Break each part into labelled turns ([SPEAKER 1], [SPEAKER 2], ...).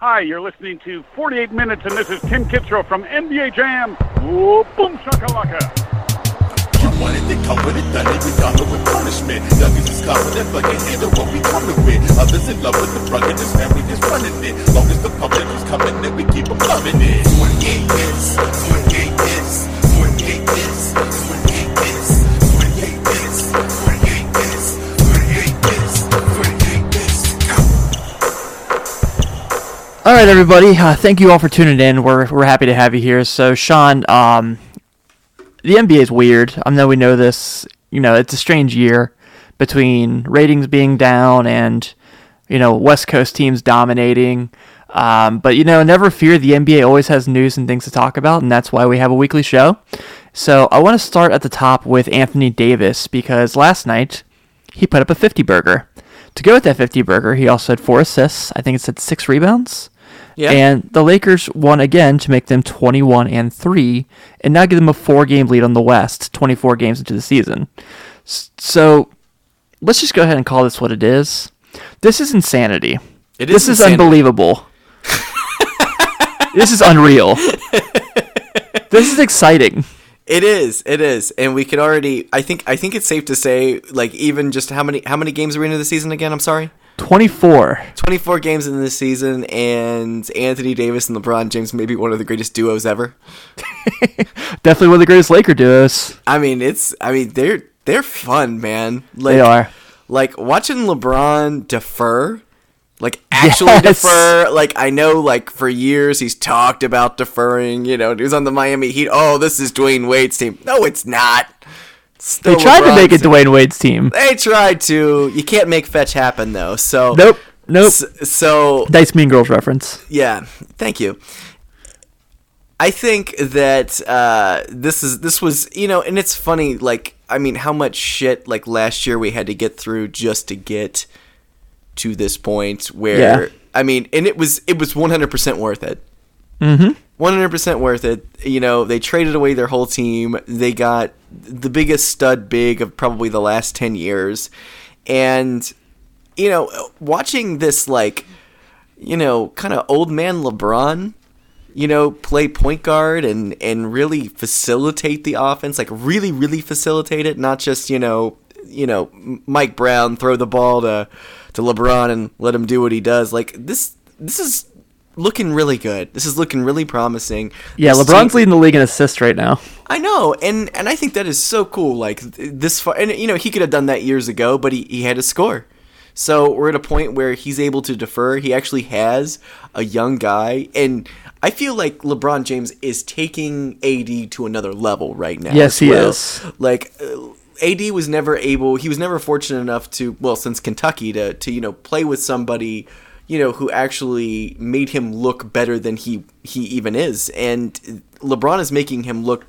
[SPEAKER 1] Hi, you're listening to 48 Minutes, and this is Tim Kitzrow from NBA Jam. Whoa, boom shakalaka.
[SPEAKER 2] You wanted to come with it, done it, we done it with punishment. Nuggets is covered, that fucking end of what we coming with. Others in love with the rugged, this family just running it. Long as the public is coming, then we keep them coming it. 28 is, 28 is, 28 is, 28 is, 28 is, 28 is, 28 is, 28 is, Go.
[SPEAKER 3] All right, everybody. Uh, thank you all for tuning in. We're we're happy to have you here. So, Sean, um, the NBA is weird. I know we know this. You know, it's a strange year between ratings being down and you know West Coast teams dominating. Um, but you know, never fear. The NBA always has news and things to talk about, and that's why we have a weekly show. So, I want to start at the top with Anthony Davis because last night he put up a 50 burger. To go with that 50 burger, he also had four assists. I think it said six rebounds.
[SPEAKER 4] Yeah.
[SPEAKER 3] And the Lakers won again to make them 21 and 3 and now give them a four game lead on the West 24 games into the season. S- So let's just go ahead and call this what it is. This is insanity.
[SPEAKER 4] It
[SPEAKER 3] this
[SPEAKER 4] is
[SPEAKER 3] is
[SPEAKER 4] insanity.
[SPEAKER 3] unbelievable. this is unreal. this is exciting.
[SPEAKER 4] It is. It is. And we can already I think I think it's safe to say like even just how many how many games are we into the season again? I'm sorry.
[SPEAKER 3] 24.
[SPEAKER 4] 24 games in this season and Anthony Davis and LeBron James may be one of the greatest duos ever.
[SPEAKER 3] Definitely one of the greatest Laker duos.
[SPEAKER 4] I mean, it's I mean, they're they're fun, man. Like
[SPEAKER 3] They are.
[SPEAKER 4] like watching LeBron defer, like actually
[SPEAKER 3] Yes.
[SPEAKER 4] defer. Like I know, like for years he's talked about deferring. You know, he was on the Miami Heat. Oh, this is Dwayne Wade's team. No, it's not. It's
[SPEAKER 3] They
[SPEAKER 4] still
[SPEAKER 3] tried to make it
[SPEAKER 4] LeBron's team.
[SPEAKER 3] Dwayne Wade's team.
[SPEAKER 4] They tried to. You can't make fetch happen though. So
[SPEAKER 3] Nope. Nope.
[SPEAKER 4] S- so
[SPEAKER 3] Dice Mean Girls reference.
[SPEAKER 4] yeah, thank you. I think that uh, this is this was you know, and it's funny. Like, I mean, how much shit like last year we had to get through just to get to this point where
[SPEAKER 3] Yeah.
[SPEAKER 4] I mean, and it was it was one hundred percent worth it. One hundred percent worth it. You know, they traded away their whole team. They got the biggest stud big of probably the last ten years, and you know, watching this like you know, kind of old man LeBron, you know, play point guard and and really facilitate the offense, like really really facilitate it, not just, you know, you know, M- Mike Brown throw the ball to to LeBron and let him do what he does. Like this this is looking really good. This is looking really promising.
[SPEAKER 3] Yeah,
[SPEAKER 4] This
[SPEAKER 3] LeBron's
[SPEAKER 4] team-
[SPEAKER 3] leading the league in assists right now.
[SPEAKER 4] I know, and and I think that is so cool. Like th- this far, and you know he could have done that years ago, but he, he had to score. So we're at a point where he's able to defer. He actually has a young guy, and I feel like LeBron James is taking AD to another level right now.
[SPEAKER 3] Yes,
[SPEAKER 4] as
[SPEAKER 3] he
[SPEAKER 4] well.
[SPEAKER 3] is.
[SPEAKER 4] Like uh, AD was never able. He was never fortunate enough to well since Kentucky to to you know play with somebody you know who actually made him look better than he he even is. And LeBron is making him look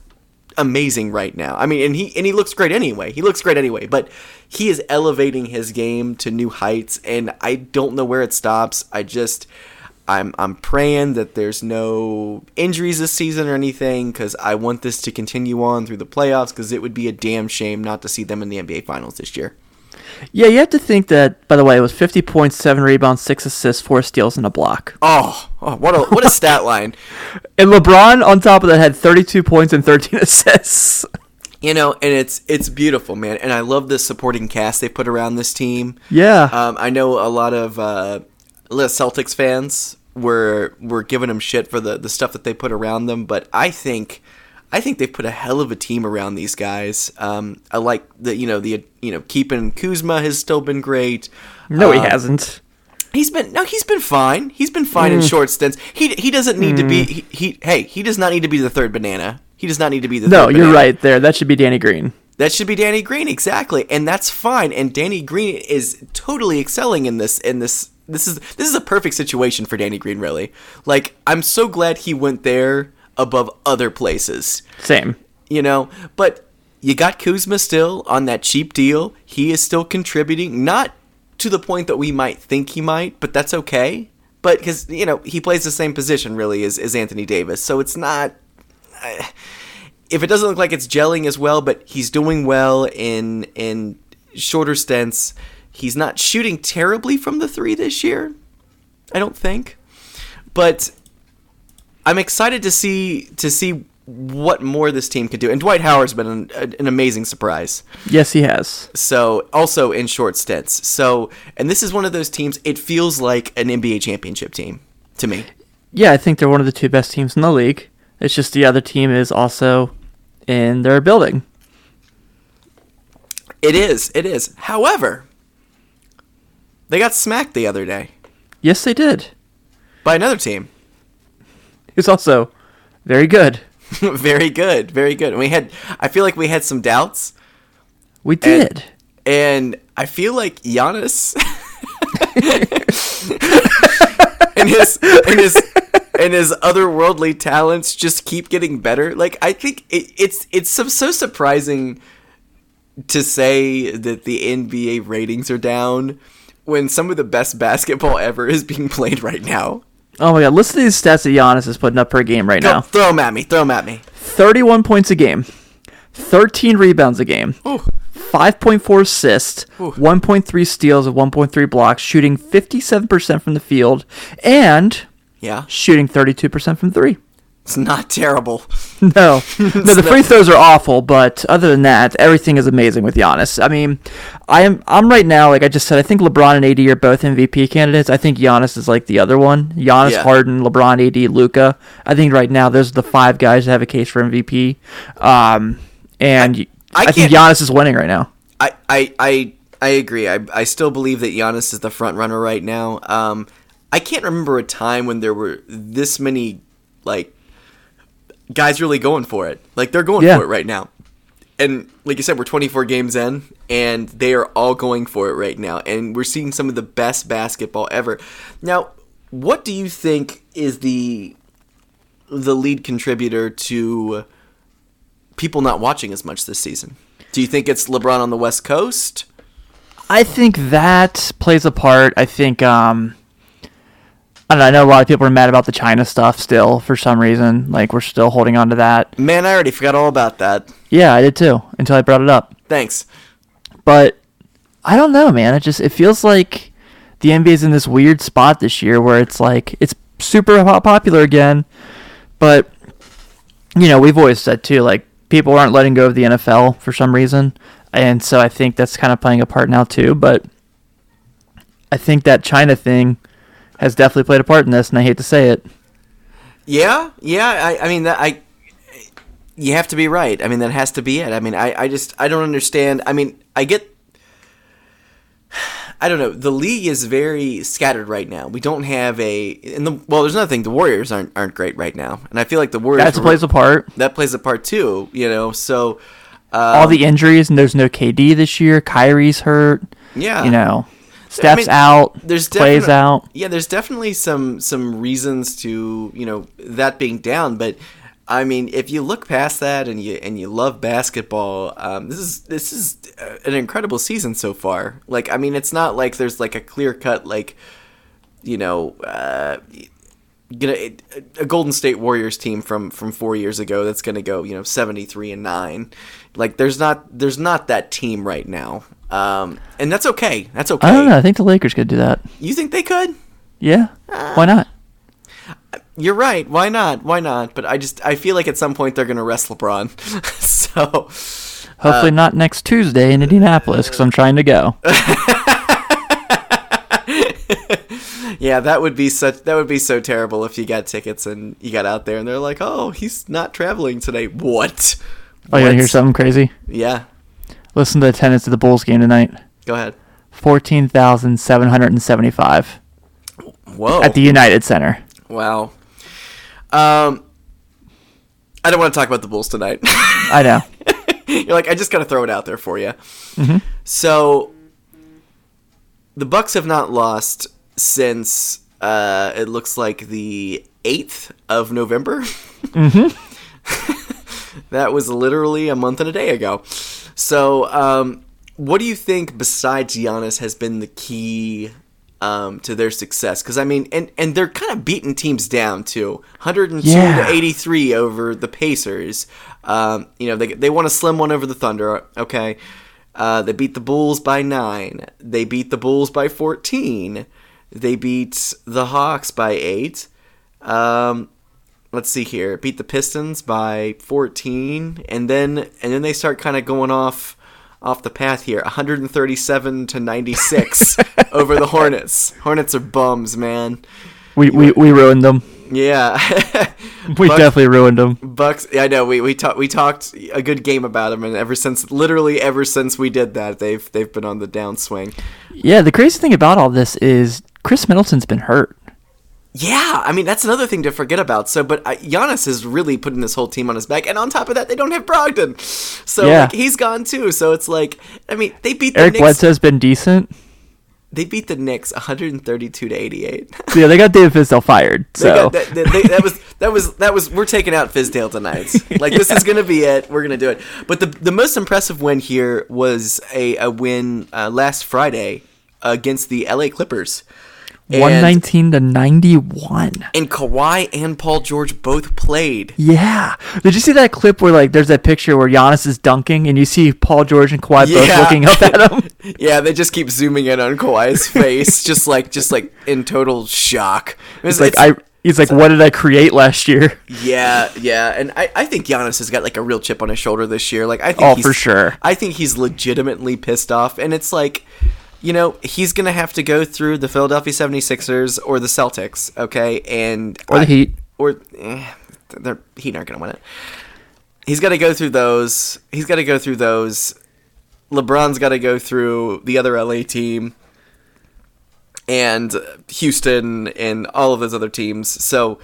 [SPEAKER 4] amazing right now. I mean, and he and he looks great anyway. He looks great anyway, but he is elevating his game to new heights and I don't know where it stops. I just I'm I'm praying that there's no injuries this season or anything cuz I want this to continue on through the playoffs cuz it would be a damn shame not to see them in the NBA finals this year.
[SPEAKER 3] Yeah, you have to think that. By the way, it was fifty points, seven rebounds, six assists, four steals, and a block.
[SPEAKER 4] Oh, oh what a what a stat line.
[SPEAKER 3] And LeBron, on top of that, had thirty-two points and thirteen assists.
[SPEAKER 4] You know, and it's it's beautiful, man. And I love the supporting cast they put around this team.
[SPEAKER 3] Yeah.
[SPEAKER 4] Um, I know a lot of uh, a lot of Celtics fans were were giving them shit for the, the stuff that they put around them, but I think I think they put a hell of a team around these guys. Um, I like the you know the you know keeping Kuzma has still been great.
[SPEAKER 3] no, he
[SPEAKER 4] Um,
[SPEAKER 3] hasn't.
[SPEAKER 4] He's been no, he's been fine. He's been fine
[SPEAKER 3] Mm.
[SPEAKER 4] in short stints. He he doesn't need to be he, he hey he does not need to be the third banana. He does not need to be the
[SPEAKER 3] No,
[SPEAKER 4] third
[SPEAKER 3] you're
[SPEAKER 4] banana.
[SPEAKER 3] right there. That should be Danny Green.
[SPEAKER 4] That should be Danny Green, exactly, and that's fine. And Danny Green is totally excelling in this. In this, this is this is a perfect situation for Danny Green, really. Like, I'm so glad he went there above other places,
[SPEAKER 3] Same.
[SPEAKER 4] you know. But you got Kuzma still on that cheap deal. He is still contributing, not to the point that we might think he might, but that's okay. But because you know he plays the same position really as, as Anthony Davis, so it's not if it doesn't look like it's gelling as well, but he's doing well in in shorter stints. He's not shooting terribly from the three this year, I don't think. But I'm excited to see to see what more this team can do. And Dwight Howard's been an, an amazing surprise.
[SPEAKER 3] Yes, he has.
[SPEAKER 4] So also in short stints. So and this is one of those teams. It feels like an NBA championship team to me.
[SPEAKER 3] Yeah, I think they're one of the two best teams in the league. It's just the other team is also in their building.
[SPEAKER 4] It is. It is. However, they got smacked the other day
[SPEAKER 3] Yes, they did.
[SPEAKER 4] by another team.
[SPEAKER 3] It's also very good.
[SPEAKER 4] very good. Very good. And we had. I feel like we had some doubts,
[SPEAKER 3] We did.
[SPEAKER 4] and I feel like Giannis and his and his and his otherworldly talents just keep getting better. Like I think it, it's it's so, so surprising to say that the NBA ratings are down when some of the best basketball ever is being played right now.
[SPEAKER 3] oh my god, listen to these stats that Giannis is putting up per game right
[SPEAKER 4] Go,
[SPEAKER 3] now.
[SPEAKER 4] Throw them at me. Throw them at me.
[SPEAKER 3] 31 points a game, 13 rebounds a game, 5.4 assists, 1.3 steals, and 1.3 blocks, shooting 57% from the field, and
[SPEAKER 4] Yeah,
[SPEAKER 3] shooting 32% from three.
[SPEAKER 4] it's not terrible.
[SPEAKER 3] No, no, the free throws are awful, but other than that, everything is amazing with Giannis. I mean, I am I'm right now like I just said. I think LeBron and AD are both MVP candidates. I think Giannis is like the other one. Giannis,
[SPEAKER 4] Yeah.
[SPEAKER 3] Harden, LeBron, AD, Luca. I think right now those are the five guys that have a case for MVP. Um, and I,
[SPEAKER 4] I
[SPEAKER 3] think
[SPEAKER 4] can't-
[SPEAKER 3] Giannis is winning right now.
[SPEAKER 4] I I I, I agree. I, I still believe that Giannis is the front runner right now. Um, I can't remember a time when there were this many like guys really going for it. Like they're going
[SPEAKER 3] Yeah.
[SPEAKER 4] for it right now. And like you said, we're 24 games in, and they are all going for it right now. And we're seeing some of the best basketball ever. Now, what do you think is the the lead contributor to people not watching as much this season? Do you think it's LeBron on the West Coast?
[SPEAKER 3] I think that plays a part. I think um, I don't know. I know a lot of people are mad about the China stuff still for some reason. Like we're still holding on to that.
[SPEAKER 4] Man, I already forgot all about that.
[SPEAKER 3] Yeah, I did too until I brought it up.
[SPEAKER 4] Thanks.
[SPEAKER 3] But I don't know, man. It just it feels like the NBA's in this weird spot this year where it's like it's super po- popular again, but you know, we've always said too like people aren't letting go of the NFL for some reason. And so I think that's kind of playing a part now too, but I think that China thing has definitely played a part in this and I hate to say it.
[SPEAKER 4] Yeah, yeah. I, I mean, that I. You have to be right. I mean, that has to be it. I mean, I, I just I don't understand. I mean, I get. I don't know. The league is very scattered right now. We don't have a and the well. There's another thing. The Warriors aren't aren't great right now, and I feel like the Warriors
[SPEAKER 3] That
[SPEAKER 4] were-
[SPEAKER 3] plays a part.
[SPEAKER 4] that plays a part too. You know, so
[SPEAKER 3] All the injuries and there's no KD this year. Kyrie's hurt.
[SPEAKER 4] yeah,
[SPEAKER 3] you know, steps
[SPEAKER 4] mean,
[SPEAKER 3] out,
[SPEAKER 4] there's
[SPEAKER 3] plays
[SPEAKER 4] definite-
[SPEAKER 3] out.
[SPEAKER 4] Yeah, there's definitely some some reasons to you know that being down, but I mean, if you look past that and you and you love basketball, um, this is this is uh, an incredible season so far. Like, I mean, it's not like there's like a clear cut like you know. Uh, Gonna it- a Golden State Warriors team from from four years ago that's gonna go you know seventy three and nine, like there's not there's not that team right now, um, and that's okay. That's okay.
[SPEAKER 3] I don't know. I think the Lakers could do that.
[SPEAKER 4] You think they could?
[SPEAKER 3] Yeah,
[SPEAKER 4] Uh,
[SPEAKER 3] why not?
[SPEAKER 4] You're right. Why not? Why not? But I just I feel like at some point they're gonna rest LeBron. so
[SPEAKER 3] Hopefully
[SPEAKER 4] uh,
[SPEAKER 3] not next Tuesday in Indianapolis because I'm trying to go.
[SPEAKER 4] yeah, that would be such that would be so terrible if you got tickets and you got out there and they're like, oh, he's not traveling today. What?
[SPEAKER 3] Oh, you want
[SPEAKER 4] What?
[SPEAKER 3] to hear something crazy?
[SPEAKER 4] Yeah.
[SPEAKER 3] Listen to the attendance of the Bulls game tonight.
[SPEAKER 4] Go ahead.
[SPEAKER 3] Fourteen thousand seven hundred and seventy-five
[SPEAKER 4] Whoa.
[SPEAKER 3] at the United Center.
[SPEAKER 4] wow. Um, I don't want to talk about the Bulls tonight.
[SPEAKER 3] I know.
[SPEAKER 4] You're like, I just gotta throw it out there for you. So the Bucks have not lost since uh, it looks like the eighth of November. that was literally a month and a day ago. So, um, what do you think besides Giannis has been the key um, to their success? Because I mean, and and they're kind of beating teams down too, 102
[SPEAKER 3] Yeah.
[SPEAKER 4] to 83 over the Pacers. Um, you know, they they won a slim one over the Thunder. Okay. Uh, they beat the Bulls by nine. They beat the Bulls by fourteen. They beat the Hawks by eight. Um, let's see here. Beat the Pistons by 14, and then and then they start kind of going off off the path here. 137 to 96 over the Hornets. Hornets are bums, man.
[SPEAKER 3] We, we, we ruined them.
[SPEAKER 4] Yeah.
[SPEAKER 3] We
[SPEAKER 4] Buck-
[SPEAKER 3] definitely ruined them.
[SPEAKER 4] Bucks. I know we we talked we talked a good game about them, and ever since, literally ever since we did that, they've they've been on the downswing.
[SPEAKER 3] Yeah, the crazy thing about all this is Chris Middleton's been hurt.
[SPEAKER 4] Yeah, I mean that's another thing to forget about. So, but uh, Giannis is really putting this whole team on his back, and on top of that, they don't have Brogdon, so
[SPEAKER 3] Yeah.
[SPEAKER 4] like, he's gone too. So it's like, I mean, they beat the
[SPEAKER 3] Eric
[SPEAKER 4] Knicks.
[SPEAKER 3] Bledsoe's been decent.
[SPEAKER 4] They beat the Knicks 132 to 88.
[SPEAKER 3] So, yeah, they got David Fisdale fired.
[SPEAKER 4] They
[SPEAKER 3] So
[SPEAKER 4] got- that, that- they- that was that was that was we're taking out Fizdale tonight. Like this is gonna be it. We're gonna do it. But the the most impressive win here was a a win uh, last Friday against the LA Clippers. And-
[SPEAKER 3] one nineteen to ninety one.
[SPEAKER 4] And Kawhi and Paul George both played.
[SPEAKER 3] Yeah. Did you see that clip where like there's that picture where Giannis is dunking and you see Paul George and Kawhi both
[SPEAKER 4] Yeah.
[SPEAKER 3] looking up at him?
[SPEAKER 4] Yeah, they just keep zooming in on Kawhi's face, just like just like in total shock. It was-
[SPEAKER 3] It's like I he's like, What did I create last year?
[SPEAKER 4] Yeah, yeah, and I, I think Giannis has got like a real chip on his shoulder this year. Like I think
[SPEAKER 3] Oh,
[SPEAKER 4] he's,
[SPEAKER 3] for sure.
[SPEAKER 4] I think he's legitimately pissed off, and it's like, you know, he's gonna have to go through the Philadelphia 76ers or the Celtics, okay, and
[SPEAKER 3] Or the
[SPEAKER 4] I-
[SPEAKER 3] Heat.
[SPEAKER 4] or eh, they're Heat aren't gonna win it. He's got to go through those. He's got to go through those. LeBron's got to go through the other LA team and Houston and all of those other teams. So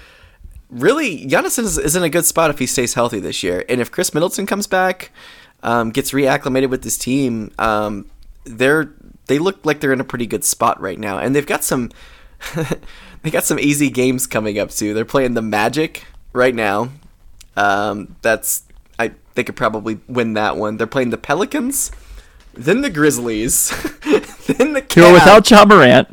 [SPEAKER 4] really, Giannis is, is in a good spot if he stays healthy this year. And if Chris Middleton comes back, um, gets reacclimated with this team, um, they're they look like they're in a pretty good spot right now. And they've got some they got some easy games coming up too. They're playing the Magic right now. Um, that's I they could probably win that one. They're playing the Pelicans. Then the Grizzlies, then the
[SPEAKER 3] They were
[SPEAKER 4] Cavs
[SPEAKER 3] without John Morant.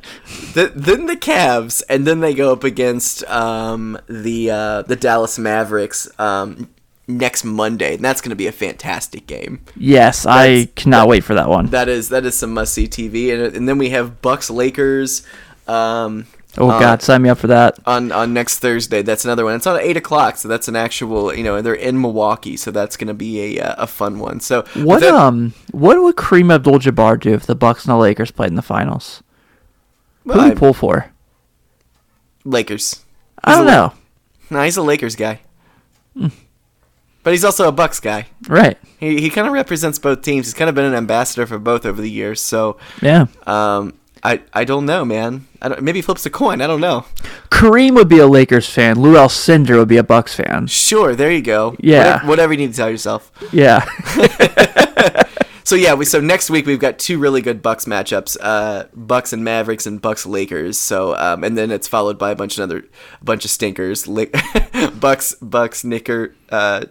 [SPEAKER 4] the, then the Cavs, and then they go up against um, the uh, the Dallas Mavericks um, next Monday, and that's going to be a fantastic game.
[SPEAKER 3] Yes, I cannot wait for that one.
[SPEAKER 4] That is that is some must see TV, and and then we have Bucks Lakers. Um,
[SPEAKER 3] oh
[SPEAKER 4] uh,
[SPEAKER 3] god, sign me up for that.
[SPEAKER 4] on on next Thursday. That's another one. It's on eight o'clock, so that's an actual. You know, they're in Milwaukee, so that's going to be a uh, a fun one. So but
[SPEAKER 3] What
[SPEAKER 4] that-
[SPEAKER 3] um what would Kareem Abdul Jabbar do if the Bucks and the Lakers played in the finals? Who
[SPEAKER 4] well,
[SPEAKER 3] do
[SPEAKER 4] I-
[SPEAKER 3] you pull for?
[SPEAKER 4] Lakers?
[SPEAKER 3] I don't know.
[SPEAKER 4] No, he's a Lakers guy, but he's also a Bucks guy.
[SPEAKER 3] Right.
[SPEAKER 4] He, he kind of represents both teams. He's kind of been an ambassador for both over the years. So,
[SPEAKER 3] Yeah.
[SPEAKER 4] um, I I don't know, man. I don't, maybe he flips a coin. I don't know.
[SPEAKER 3] Kareem would be a Lakers fan. Luel Cinder would be a Bucks fan.
[SPEAKER 4] Sure, there you go.
[SPEAKER 3] Yeah.
[SPEAKER 4] Whatever, whatever you need to tell yourself.
[SPEAKER 3] Yeah.
[SPEAKER 4] So yeah, we so next week we've got two really good Bucks matchups: uh, Bucks and Mavericks and Bucks Lakers. So um, and then it's followed by a bunch of another a bunch of stinkers: La- Bucks Bucks Knicker uh,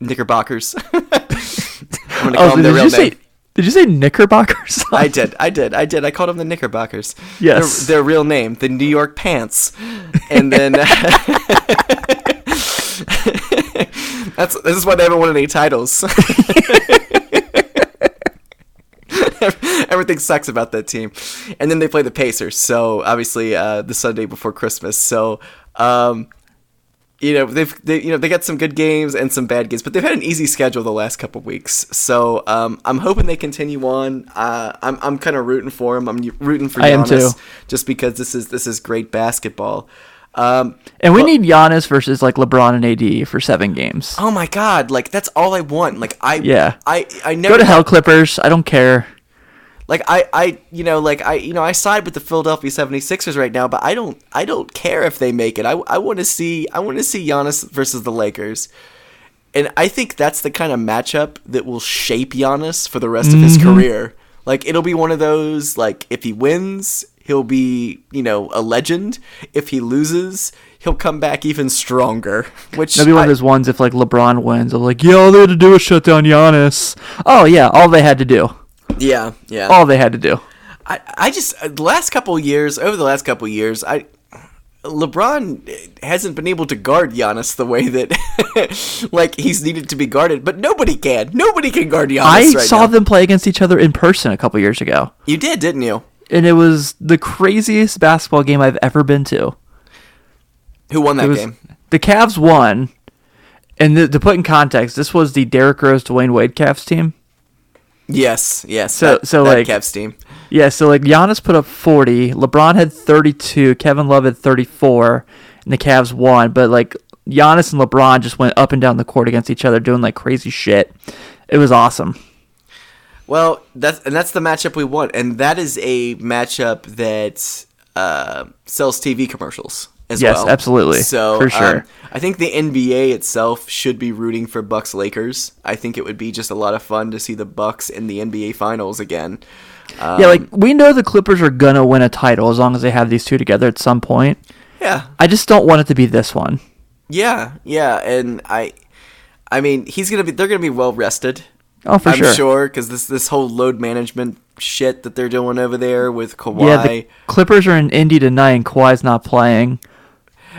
[SPEAKER 4] Knickerbockers. I'm gonna call
[SPEAKER 3] Oh,
[SPEAKER 4] them
[SPEAKER 3] did
[SPEAKER 4] their
[SPEAKER 3] you
[SPEAKER 4] real
[SPEAKER 3] say
[SPEAKER 4] name.
[SPEAKER 3] did you say Knickerbockers?
[SPEAKER 4] I did. I did. I did. I called them the Knickerbockers.
[SPEAKER 3] Yes.
[SPEAKER 4] Their, their real name, the New York Pants. And then. that's This is why they haven't won any titles. Everything sucks about that team. And then they play the Pacers. So, obviously, uh, the Sunday before Christmas. So. Um, you know they've they, you know they got some good games and some bad games, but they've had an easy schedule the last couple weeks. So um, I'm hoping they continue on. Uh, I'm I'm kind of rooting for them. I'm rooting for Giannis
[SPEAKER 3] I am too.
[SPEAKER 4] just because this is this is great basketball. Um,
[SPEAKER 3] and we need Giannis versus like LeBron and AD for seven games.
[SPEAKER 4] oh my god, like that's all I want. Like I
[SPEAKER 3] Yeah.
[SPEAKER 4] I I never
[SPEAKER 3] Go to hell, Clippers. I don't care.
[SPEAKER 4] Like I, I you know like I you know I side with the Philadelphia 76ers right now, but I don't I don't care if they make it. I, I want to see I want to see Giannis versus the Lakers. And I think that's the kind of matchup that will shape Giannis for the rest of
[SPEAKER 3] Mm-hmm.
[SPEAKER 4] his career. Like it'll be one of those like if he wins, he'll be, you know, a legend. If he loses, he'll come back even stronger, which
[SPEAKER 3] That'd be one
[SPEAKER 4] I-
[SPEAKER 3] of those ones if like LeBron wins. I'm like, yeah, all they had to do was shut down Giannis. Oh yeah, all they had to do.
[SPEAKER 4] yeah, yeah.
[SPEAKER 3] All they had to do.
[SPEAKER 4] I, I just uh, the last couple years, over the last couple years, I LeBron hasn't been able to guard Giannis the way that like he's needed to be guarded, but nobody can. Nobody can guard Giannis.
[SPEAKER 3] I
[SPEAKER 4] right
[SPEAKER 3] saw
[SPEAKER 4] now.
[SPEAKER 3] them play against each other in person a couple years ago,
[SPEAKER 4] You did, didn't you?
[SPEAKER 3] and it was the craziest basketball game I've ever been to.
[SPEAKER 4] Who won that
[SPEAKER 3] It was-
[SPEAKER 4] game?
[SPEAKER 3] The Cavs won, and th- to put in context, this was the Derrick Rose, Dwayne Wade Cavs team.
[SPEAKER 4] Yes, yes.
[SPEAKER 3] So-
[SPEAKER 4] that,
[SPEAKER 3] so,
[SPEAKER 4] that
[SPEAKER 3] like-
[SPEAKER 4] Cavs team.
[SPEAKER 3] Yeah, so like Giannis put up 40, LeBron had 32, Kevin Love had 34, and the Cavs won. But like Giannis and LeBron just went up and down the court against each other doing like crazy shit. It was awesome.
[SPEAKER 4] Well, that's and that's the matchup we want, and that is a matchup that uh, sells TV commercials as
[SPEAKER 3] Yes,
[SPEAKER 4] well.
[SPEAKER 3] absolutely,
[SPEAKER 4] So
[SPEAKER 3] for sure.
[SPEAKER 4] um, I think the NBA itself should be rooting for Bucks Lakers. I think it would be just a lot of fun to see the Bucks in the NBA Finals again.
[SPEAKER 3] yeah, like we know the Clippers are gonna win a title as long as they have these two together at some point.
[SPEAKER 4] Yeah,
[SPEAKER 3] I just don't want it to be this one.
[SPEAKER 4] yeah, yeah, and I, I mean, he's gonna be. They're gonna be well rested.
[SPEAKER 3] Oh, for
[SPEAKER 4] I'm
[SPEAKER 3] sure.
[SPEAKER 4] sure because this this whole load management shit that they're doing over there with Kawhi.
[SPEAKER 3] Yeah, the Clippers are in Indy tonight, and Kawhi's not playing.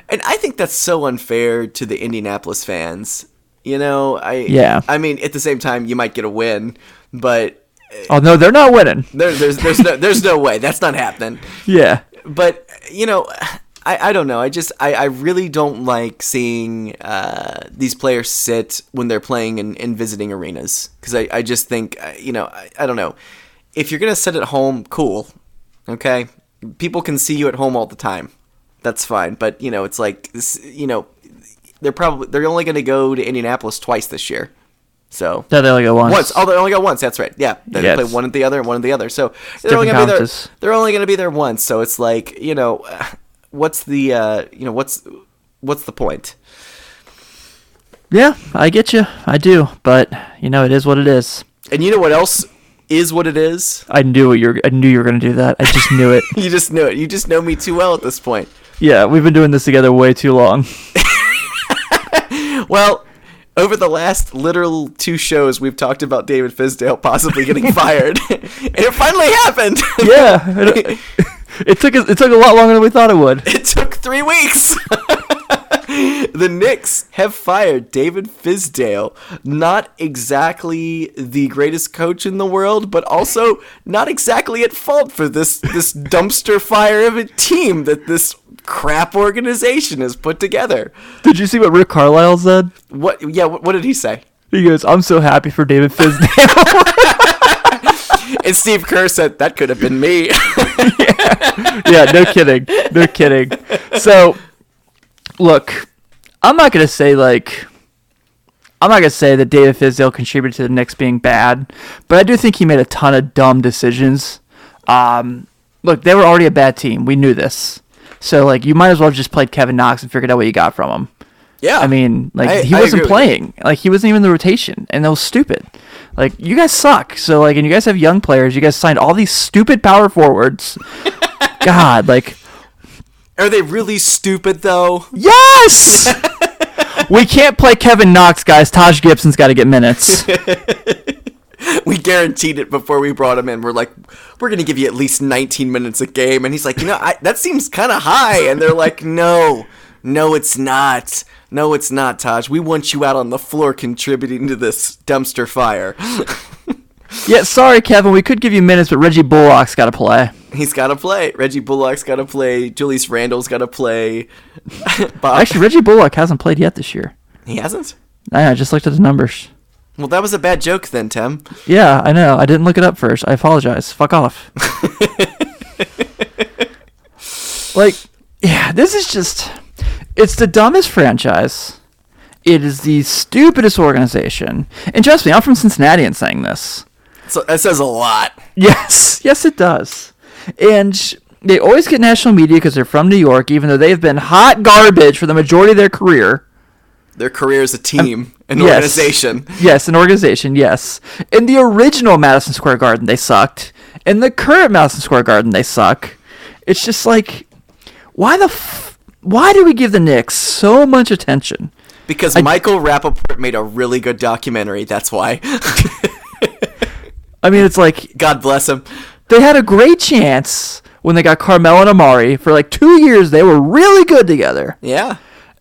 [SPEAKER 4] And I think that's so unfair to the Indianapolis fans. You know, I
[SPEAKER 3] Yeah.
[SPEAKER 4] I mean, at the same time, you might get a win, but
[SPEAKER 3] Oh no, they're not winning.
[SPEAKER 4] there, there's there's no there's no way that's not happening.
[SPEAKER 3] Yeah,
[SPEAKER 4] But you know, I, I don't know. I just I, I really don't like seeing uh, these players sit when they're playing in, in visiting arenas because I I just think uh, you know I, I don't know if you're gonna sit at home, cool, okay. People can see you at home all the time. That's fine, but you know it's like this, you know they're probably they're only gonna go to Indianapolis twice this year, so
[SPEAKER 3] no, they only go once.
[SPEAKER 4] once. Oh, they only got once. That's right. Yeah, they
[SPEAKER 3] Yes.
[SPEAKER 4] play one at the other and one at the other. So they're
[SPEAKER 3] different
[SPEAKER 4] only gonna be there.
[SPEAKER 3] conferences.
[SPEAKER 4] They're only gonna be there once. So it's like you know, what's the uh, you know what's what's the point?
[SPEAKER 3] Yeah, I get you. I do, but you know, it is what it is.
[SPEAKER 4] And you know what else is what it is.
[SPEAKER 3] I knew what you're. I knew you were gonna do that. I just knew it.
[SPEAKER 4] You just know it. You just know me too well at this point.
[SPEAKER 3] Yeah, we've been doing this together way too long.
[SPEAKER 4] Well, over the last literal two shows, we've talked about David Fizdale possibly getting fired, and it finally happened.
[SPEAKER 3] Yeah, it, it took us- it took a lot longer than we thought it would.
[SPEAKER 4] It took three weeks. the Knicks have fired David Fizdale. Not exactly the greatest coach in the world, but also not exactly at fault for this this dumpster fire of a team that this crap organization has put together.
[SPEAKER 3] Did you see what Rick Carlisle said?
[SPEAKER 4] What? Yeah. What, what did he say?
[SPEAKER 3] He goes, "I'm so happy for David Fizdale."
[SPEAKER 4] And Steve Kerr said that could have been me.
[SPEAKER 3] yeah, no kidding, no kidding. So, look, I'm not gonna say like, I'm not gonna say that David Fizdale contributed to the Knicks being bad, but I do think he made a ton of dumb decisions. Um, look, they were already a bad team. We knew this. So like, you might as well have just played Kevin Knox and figured out what you got from him.
[SPEAKER 4] yeah.
[SPEAKER 3] I mean, like
[SPEAKER 4] I-
[SPEAKER 3] he
[SPEAKER 4] I
[SPEAKER 3] wasn't
[SPEAKER 4] agree with you.
[SPEAKER 3] playing. Like he wasn't even in the rotation, and that was stupid. Like you guys suck. So like, and you guys have young players. You guys signed all these stupid power forwards. God, like
[SPEAKER 4] Are they really stupid though?
[SPEAKER 3] yes, we can't play Kevin Knox, guys. Taj Gibson's got to get minutes.
[SPEAKER 4] we guaranteed it before we brought him in. We're like, we're gonna give you at least 19 minutes a game, and he's like, you know, I, that seems kind of high. And they're like, no, no, it's not. No, it's not, Taj. We want you out on the floor contributing to this dumpster fire.
[SPEAKER 3] yeah, sorry, Kevin. We could give you minutes, but Reggie Bullock's got to play.
[SPEAKER 4] he's got to play. Reggie Bullock's got to play. Julius Randle's got to play. Bob,
[SPEAKER 3] Actually, Reggie Bullock hasn't played yet this year.
[SPEAKER 4] he hasn't.
[SPEAKER 3] I I just looked at the numbers.
[SPEAKER 4] Well, that was a bad joke then, Tim.
[SPEAKER 3] Yeah, I know. I didn't look it up first. I apologize. Fuck off. like, yeah, this is just. It's the dumbest franchise. It is the stupidest organization. And trust me, I'm from Cincinnati and saying this.
[SPEAKER 4] So that says a lot.
[SPEAKER 3] Yes, yes, it does. And sh- they always get national media because they're from New York, even though they've been hot garbage for the majority of their career.
[SPEAKER 4] Their career is a team, an
[SPEAKER 3] Yes.
[SPEAKER 4] organization.
[SPEAKER 3] Yes, an organization, yes. In the original Madison Square Garden, they sucked. In the current Madison Square Garden, they suck. It's just like, why the f- why do we give the Knicks so much attention?
[SPEAKER 4] Because Michael Rappaport made a really good documentary, that's why.
[SPEAKER 3] I mean, it's like
[SPEAKER 4] God bless him.
[SPEAKER 3] they had a great chance when they got Carmelo and Amari. For like two years, they were really good together.
[SPEAKER 4] Yeah.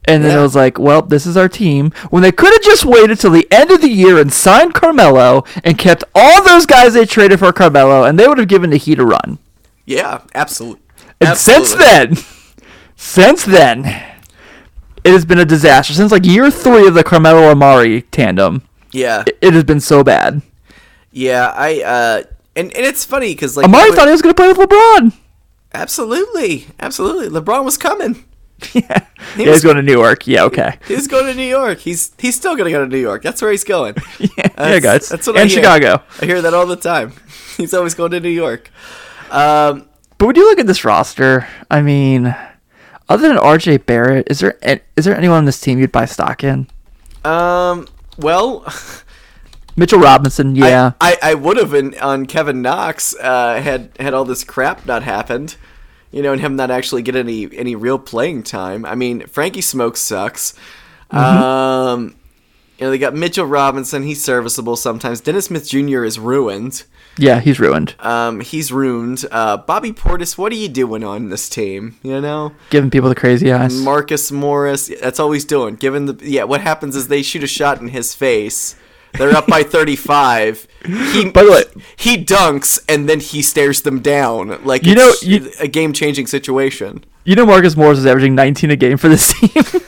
[SPEAKER 3] And then
[SPEAKER 4] Yeah.
[SPEAKER 3] it was like, well, this is our team. When they could have just waited till the end of the year and signed Carmelo and kept all those guys they traded for Carmelo, and they would have given the Heat a run.
[SPEAKER 4] Yeah, absolutely.
[SPEAKER 3] And since then, since then, it has been a disaster since like year three of the Carmelo Amari tandem.
[SPEAKER 4] Yeah,
[SPEAKER 3] It has been so bad.
[SPEAKER 4] yeah. I uh, and and it's funny because like
[SPEAKER 3] Amari
[SPEAKER 4] when-
[SPEAKER 3] thought he was going to play with LeBron.
[SPEAKER 4] absolutely, absolutely. LeBron was coming.
[SPEAKER 3] yeah,
[SPEAKER 4] was-
[SPEAKER 3] yeah, he's going to Newark. Yeah, okay.
[SPEAKER 4] He's going to New York. He's he's still gonna go to New York. That's where he's going.
[SPEAKER 3] Yeah,
[SPEAKER 4] That's-
[SPEAKER 3] guys.
[SPEAKER 4] That's what I
[SPEAKER 3] and
[SPEAKER 4] hear.
[SPEAKER 3] Chicago.
[SPEAKER 4] I hear that all the time. He's always going to New York. Um,
[SPEAKER 3] But when you look at this roster, I mean, other than RJ Barrett, is there an- is there anyone on this team you'd buy stock in?
[SPEAKER 4] um, well,
[SPEAKER 3] Mitchell Robinson, yeah.
[SPEAKER 4] I, I, I would have been on Kevin Knox uh, had had all this crap not happened, you know, and him not actually get any any real playing time. I mean, Frankie Smoke sucks. Um, you know, they got Mitchell Robinson. He's serviceable sometimes. Dennis Smith Jr. is ruined.
[SPEAKER 3] yeah, he's ruined.
[SPEAKER 4] Um, he's ruined. Uh, Bobby Portis, what are you doing on this team? You know.
[SPEAKER 3] Giving people the crazy eyes.
[SPEAKER 4] Marcus Morris. That's all he's doing. Given the yeah, what happens is they shoot a shot in his face. They're up by 35. He
[SPEAKER 3] By the way-
[SPEAKER 4] he dunks and then he stares them down like
[SPEAKER 3] You know,
[SPEAKER 4] it's
[SPEAKER 3] you-
[SPEAKER 4] a game changing situation.
[SPEAKER 3] you know, Marcus Morris is averaging 19 a game for this team.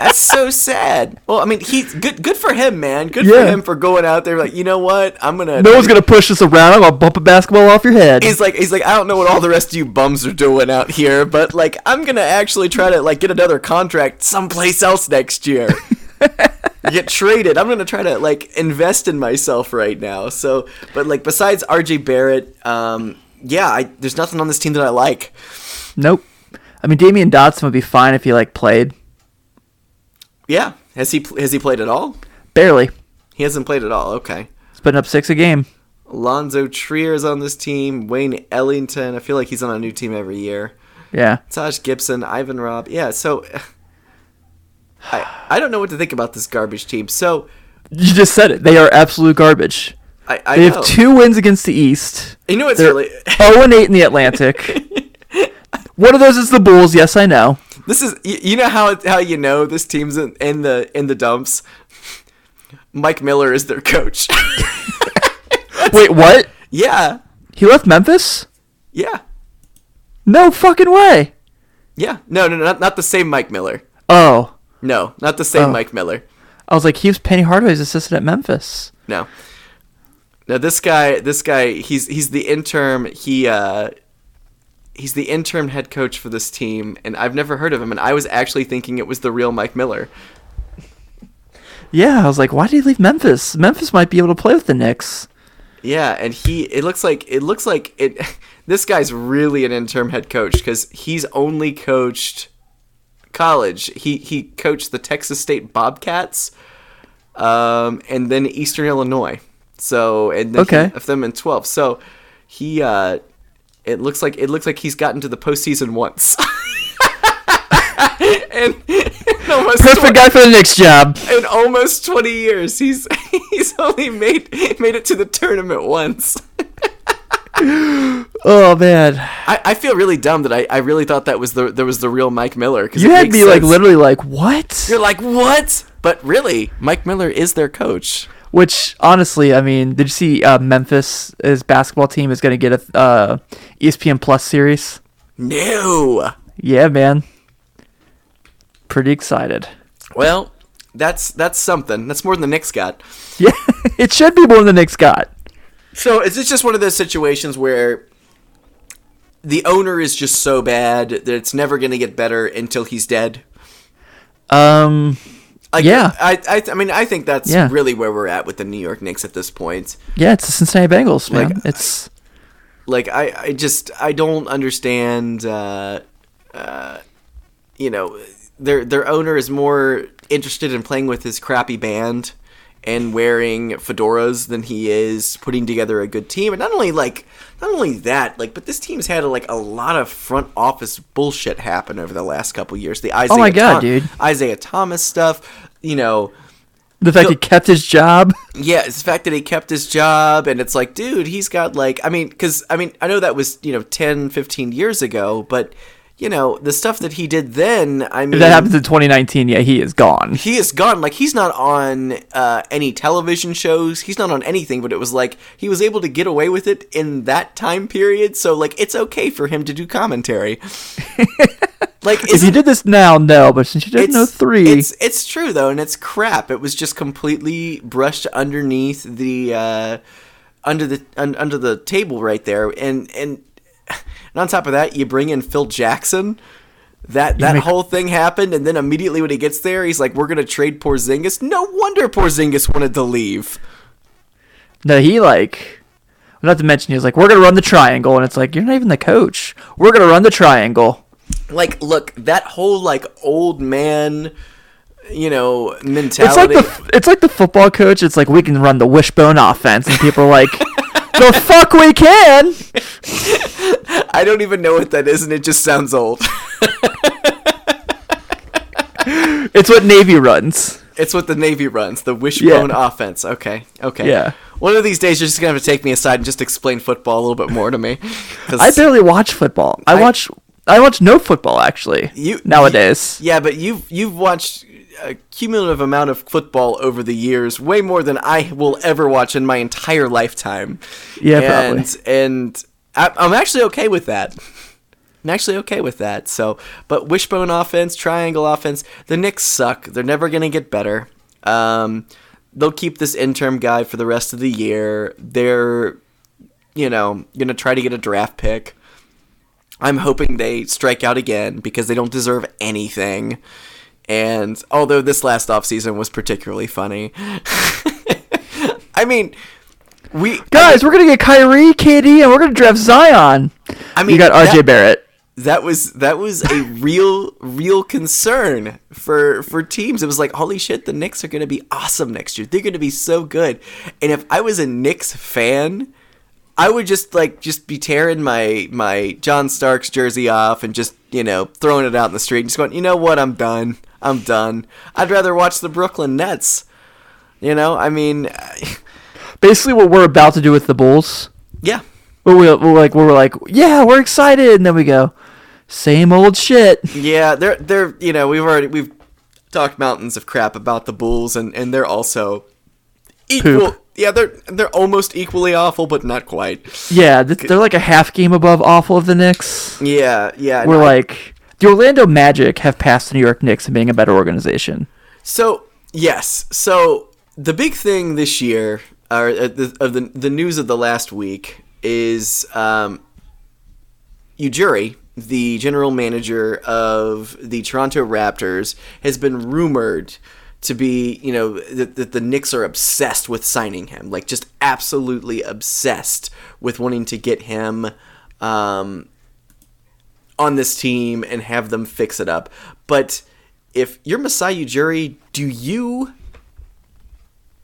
[SPEAKER 4] That's so sad. Well, I mean, he's good. Good for him, man. Good for
[SPEAKER 3] Yeah.
[SPEAKER 4] him for going out there like you know what I'm gonna.
[SPEAKER 3] no one's gonna push this around. I'm gonna bump a basketball off your head.
[SPEAKER 4] He's like he's like I don't know what all the rest of you bums are doing out here, but like I'm gonna actually try to like get another contract someplace else next year. get traded. I'm gonna try to like invest in myself right now. So, but like besides RJ Barrett, um, yeah, I, there's nothing on this team that I like.
[SPEAKER 3] nope. I mean, Damian Dotson would be fine if he like played
[SPEAKER 4] Yeah, has he pl- has he played at all?
[SPEAKER 3] barely.
[SPEAKER 4] He hasn't played at all. Okay.
[SPEAKER 3] He's putting up six a game.
[SPEAKER 4] Alonzo Trier is on this team. Wayne Ellington. I feel like he's on a new team every year.
[SPEAKER 3] Yeah.
[SPEAKER 4] Taj Gibson, Ivan Robb. Yeah, so I I don't know what to think about this garbage team. So
[SPEAKER 3] You just said it. They are absolute garbage.
[SPEAKER 4] I, I
[SPEAKER 3] They
[SPEAKER 4] know.
[SPEAKER 3] have two wins against the East.
[SPEAKER 4] You know what's
[SPEAKER 3] They're Oh.
[SPEAKER 4] really
[SPEAKER 3] 0 and 8 in the Atlantic. One of those is the Bulls. Yes, I know.
[SPEAKER 4] this is you, you know how it, how you know this team's in, in the in the dumps. Mike Miller is their coach.
[SPEAKER 3] Wait, what?
[SPEAKER 4] yeah,
[SPEAKER 3] He left Memphis?
[SPEAKER 4] yeah,
[SPEAKER 3] No fucking way.
[SPEAKER 4] yeah. No, no, no, not, not the same Mike Miller.
[SPEAKER 3] Oh,
[SPEAKER 4] No, not the same
[SPEAKER 3] Oh.
[SPEAKER 4] Mike Miller.
[SPEAKER 3] I was like, he was Penny Hardaway's assistant at Memphis.
[SPEAKER 4] No. No, this guy, this guy, he's he's the interim. He uh, he's the interim head coach for this team, and I've never heard of him. And I was actually thinking it was the real Mike Miller.
[SPEAKER 3] Yeah, I was like, why did he leave Memphis? Memphis might be able to play with the Knicks.
[SPEAKER 4] Yeah, and he it looks like it looks like it. This guy's really an interim head coach because he's only coached college. He he coached the Texas State Bobcats, um, and then Eastern Illinois. So and then
[SPEAKER 3] Okay.
[SPEAKER 4] he, of them in twelve. So he uh, it looks like it looks like he's gotten to the postseason once. and, and almost
[SPEAKER 3] Perfect
[SPEAKER 4] twi-
[SPEAKER 3] guy for the Knicks job.
[SPEAKER 4] in almost 20 years he's he's only made made it to the tournament once
[SPEAKER 3] Oh, man.
[SPEAKER 4] I, I feel really dumb that I, I really thought that was the there was the real Mike Miller because
[SPEAKER 3] You had me, like, literally like, what?
[SPEAKER 4] you're like what but really Mike Miller is their coach
[SPEAKER 3] Which, honestly, I mean, did you see uh, Memphis, his basketball team, is going to get a uh, ESPN Plus series?
[SPEAKER 4] no
[SPEAKER 3] Yeah, man. Pretty excited.
[SPEAKER 4] well that's that's something that's more than the Knicks got
[SPEAKER 3] Yeah, it should be more than Knicks got.
[SPEAKER 4] so is this just one of those situations where the owner is just so bad that it's never gonna get better until he's dead
[SPEAKER 3] Um,
[SPEAKER 4] Like,
[SPEAKER 3] Yeah.
[SPEAKER 4] I, I, I mean, I think that's
[SPEAKER 3] Yeah.
[SPEAKER 4] really where we're at with the New York Knicks at this point.
[SPEAKER 3] yeah, it's the Cincinnati Bengals, man.
[SPEAKER 4] Like,
[SPEAKER 3] it's
[SPEAKER 4] Like, I, I just, I don't understand. Uh, uh, you know, their their owner is more interested in playing with his crappy band and wearing fedoras than he is putting together a good team. And not only like, not only that, like, but this team's had like a lot of front office bullshit happen over the last couple years. The Isaiah,
[SPEAKER 3] Oh my God,
[SPEAKER 4] Thom-
[SPEAKER 3] dude.
[SPEAKER 4] Isaiah Thomas stuff. You know.
[SPEAKER 3] the fact he kept his job.
[SPEAKER 4] Yeah, it's the fact that he kept his job, and it's like, dude, he's got like, I mean, because I mean, I know that was you know 10, 15 years ago, but you know, the stuff that he did then, I mean,
[SPEAKER 3] If that happens in 2019, yeah, he is gone.
[SPEAKER 4] he is gone. Like he's not on uh, any television shows. He's not on anything. But it was like he was able to get away with it in that time period. So like it's okay for him to do commentary. like
[SPEAKER 3] If you did this now, no, but since you did
[SPEAKER 4] it's-
[SPEAKER 3] no three,
[SPEAKER 4] It's it's true though, and it's crap. It was just completely brushed underneath the uh, under the un, under the table right there, and and and on top of that, you bring in Phil Jackson. That that
[SPEAKER 3] make-
[SPEAKER 4] whole thing happened, and then immediately when he gets there, he's like, "We're gonna trade Porzingis." No wonder Porzingis wanted to leave.
[SPEAKER 3] no, he like. Not to mention, he was like, "We're gonna run the triangle," and it's like, "You're not even the coach. We're gonna run the triangle."
[SPEAKER 4] Like, look, that whole like old man, you know,
[SPEAKER 3] It's like
[SPEAKER 4] mentality.
[SPEAKER 3] the it's like the football coach. It's like we can run the wishbone offense, and people are like, "The fuck we can."
[SPEAKER 4] I don't even know what that is, and it just sounds old.
[SPEAKER 3] It's what Navy runs.
[SPEAKER 4] It's what the Navy runs, the wishbone
[SPEAKER 3] Yeah.
[SPEAKER 4] offense. Okay, okay.
[SPEAKER 3] Yeah.
[SPEAKER 4] One of these days, you're just gonna have to take me aside and just explain football a little bit more to me. 'Cause
[SPEAKER 3] I barely watch football. I,
[SPEAKER 4] I-
[SPEAKER 3] watch I watch no football actually
[SPEAKER 4] you
[SPEAKER 3] nowadays.
[SPEAKER 4] yeah, but you've you've watched a cumulative amount of football over the years, way more than I will ever watch in my entire lifetime.
[SPEAKER 3] Yeah,
[SPEAKER 4] and,
[SPEAKER 3] probably.
[SPEAKER 4] And I, I'm actually okay with that. I'm actually okay with that. So, but wishbone offense, triangle offense, the Knicks suck. They're never gonna get better. Um, they'll keep this interim guy for the rest of the year. They're, you know, gonna try to get a draft pick. I'm hoping they strike out again because they don't deserve anything. And although this last offseason was particularly funny, I mean, we
[SPEAKER 3] Guys, we're gonna get Kyrie, KD, and we're gonna draft Zion.
[SPEAKER 4] I mean,
[SPEAKER 3] You got RJ
[SPEAKER 4] that-
[SPEAKER 3] Barrett.
[SPEAKER 4] that was that was a real real concern for for teams. It was like, holy shit, the Knicks are going to be awesome next year. They're going to be so good. And if I was a Knicks fan, I would just like just be tearing my my John Starks jersey off and just you know throwing it out in the street and just going, you know what, I'm done. I'm done. I'd rather watch the Brooklyn Nets. You know, I mean,
[SPEAKER 3] Basically, what we're about to do with the Bulls.
[SPEAKER 4] yeah.
[SPEAKER 3] Where we we're like where we're like yeah we're excited, and then we go same old shit.
[SPEAKER 4] Yeah, they're they're you know we've already we've talked mountains of crap about the Bulls and and they're also equal.
[SPEAKER 3] Poop.
[SPEAKER 4] Yeah, they're they're almost equally awful, but not quite.
[SPEAKER 3] Yeah, th- they're like a half game above awful of the Knicks.
[SPEAKER 4] Yeah, yeah.
[SPEAKER 3] We're
[SPEAKER 4] no,
[SPEAKER 3] like the Orlando Magic have passed the New York Knicks in being a better organization.
[SPEAKER 4] so yes, so the big thing this year, or uh, the, of the the news of the last week is um, Ujiri, the general manager of the Toronto Raptors, has been rumored to be, you know, that, that the Knicks are obsessed with signing him, like just absolutely obsessed with wanting to get him um, on this team and have them fix it up. But if you're Masai Ujiri, do you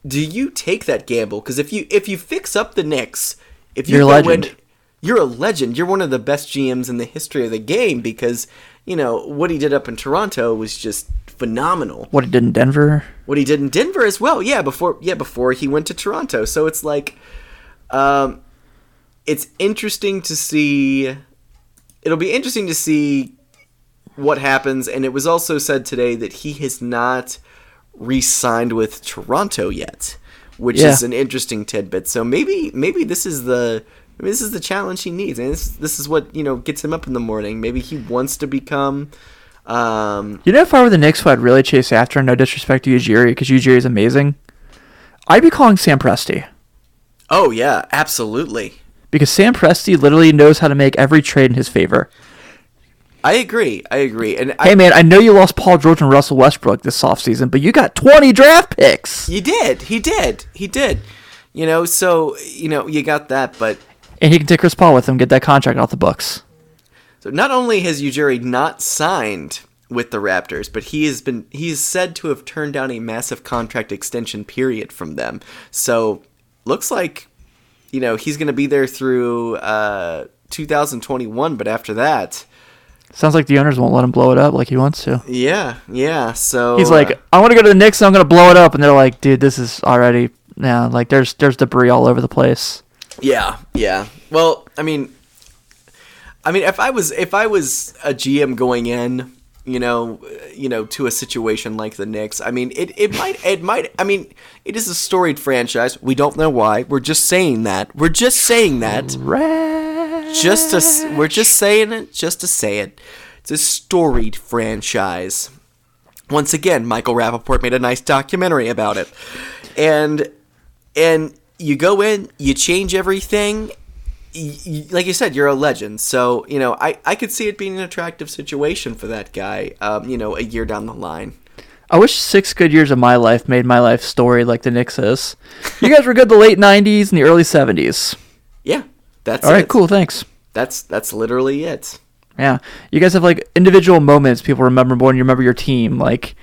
[SPEAKER 4] do you take that gamble? Because if you if you fix up the Knicks, if you
[SPEAKER 3] You're a
[SPEAKER 4] go in-
[SPEAKER 3] legend.
[SPEAKER 4] you're a legend. You're one of the best GMs in the history of the game because, you know, what he did up in Toronto was just phenomenal.
[SPEAKER 3] What it did in Denver.
[SPEAKER 4] What he did in Denver as well. Yeah, before yeah, before he went to Toronto. So it's like um it's interesting to see it'll be interesting to see what happens and it was also said today that he has not re-signed with Toronto yet, which
[SPEAKER 3] Yeah.
[SPEAKER 4] is an interesting tidbit. So maybe maybe this is the I mean, this is the challenge he needs, and this, this is what you know gets him up in the morning. Maybe he wants to become. Um,
[SPEAKER 3] You know, if I were the Knicks, who I'd really chase after, no disrespect to Ujiri, because Ujiri is amazing, I'd be calling Sam Presti.
[SPEAKER 4] oh yeah, absolutely.
[SPEAKER 3] Because Sam Presti literally knows how to make every trade in his favor.
[SPEAKER 4] I agree. I agree. And I,
[SPEAKER 3] Hey, man, I know you lost Paul George and Russell Westbrook this offseason, but you got 20 draft picks.
[SPEAKER 4] you did. He did. He did. You know. So you know you got that, but
[SPEAKER 3] And he can take Chris Paul with him, get that contract off the books.
[SPEAKER 4] So not only has Ujiri not signed with the Raptors, but he has been he is said to have turned down a massive contract extension period from them. So looks like you know he's going to be there through uh, 2021, but after that,
[SPEAKER 3] Sounds like the owners won't let him blow it up like he wants to.
[SPEAKER 4] yeah, yeah. So
[SPEAKER 3] He's
[SPEAKER 4] uh,
[SPEAKER 3] like, I want to go to the Knicks and I'm going to blow it up. And they're like, dude, this is already. Yeah, like there's there's debris all over the place.
[SPEAKER 4] Yeah, yeah. Well, I mean, I mean, if I was if I was a GM going in, you know, uh, you know, to a situation like the Knicks, I mean, it, it might it might I mean, it is a storied franchise. We don't know why. We're just saying that. We're just saying that. Just to s- we're just saying it just to say it. It's a storied franchise. Once again, Michael Rappaport made a nice documentary about it. And and you go in, you change everything, y- y- like you said, you're a legend. So you know, I I could see it being an attractive situation for that guy. Um, you know, a year down the line.
[SPEAKER 3] I wish six good years of my life made my life story like the Knicks is. You guys were good the late '90s and the early '70s.
[SPEAKER 4] Yeah, that's
[SPEAKER 3] All right,
[SPEAKER 4] it.
[SPEAKER 3] cool, thanks.
[SPEAKER 4] That's that's literally it.
[SPEAKER 3] Yeah, you guys have like individual moments people remember more, and you remember your team. Like,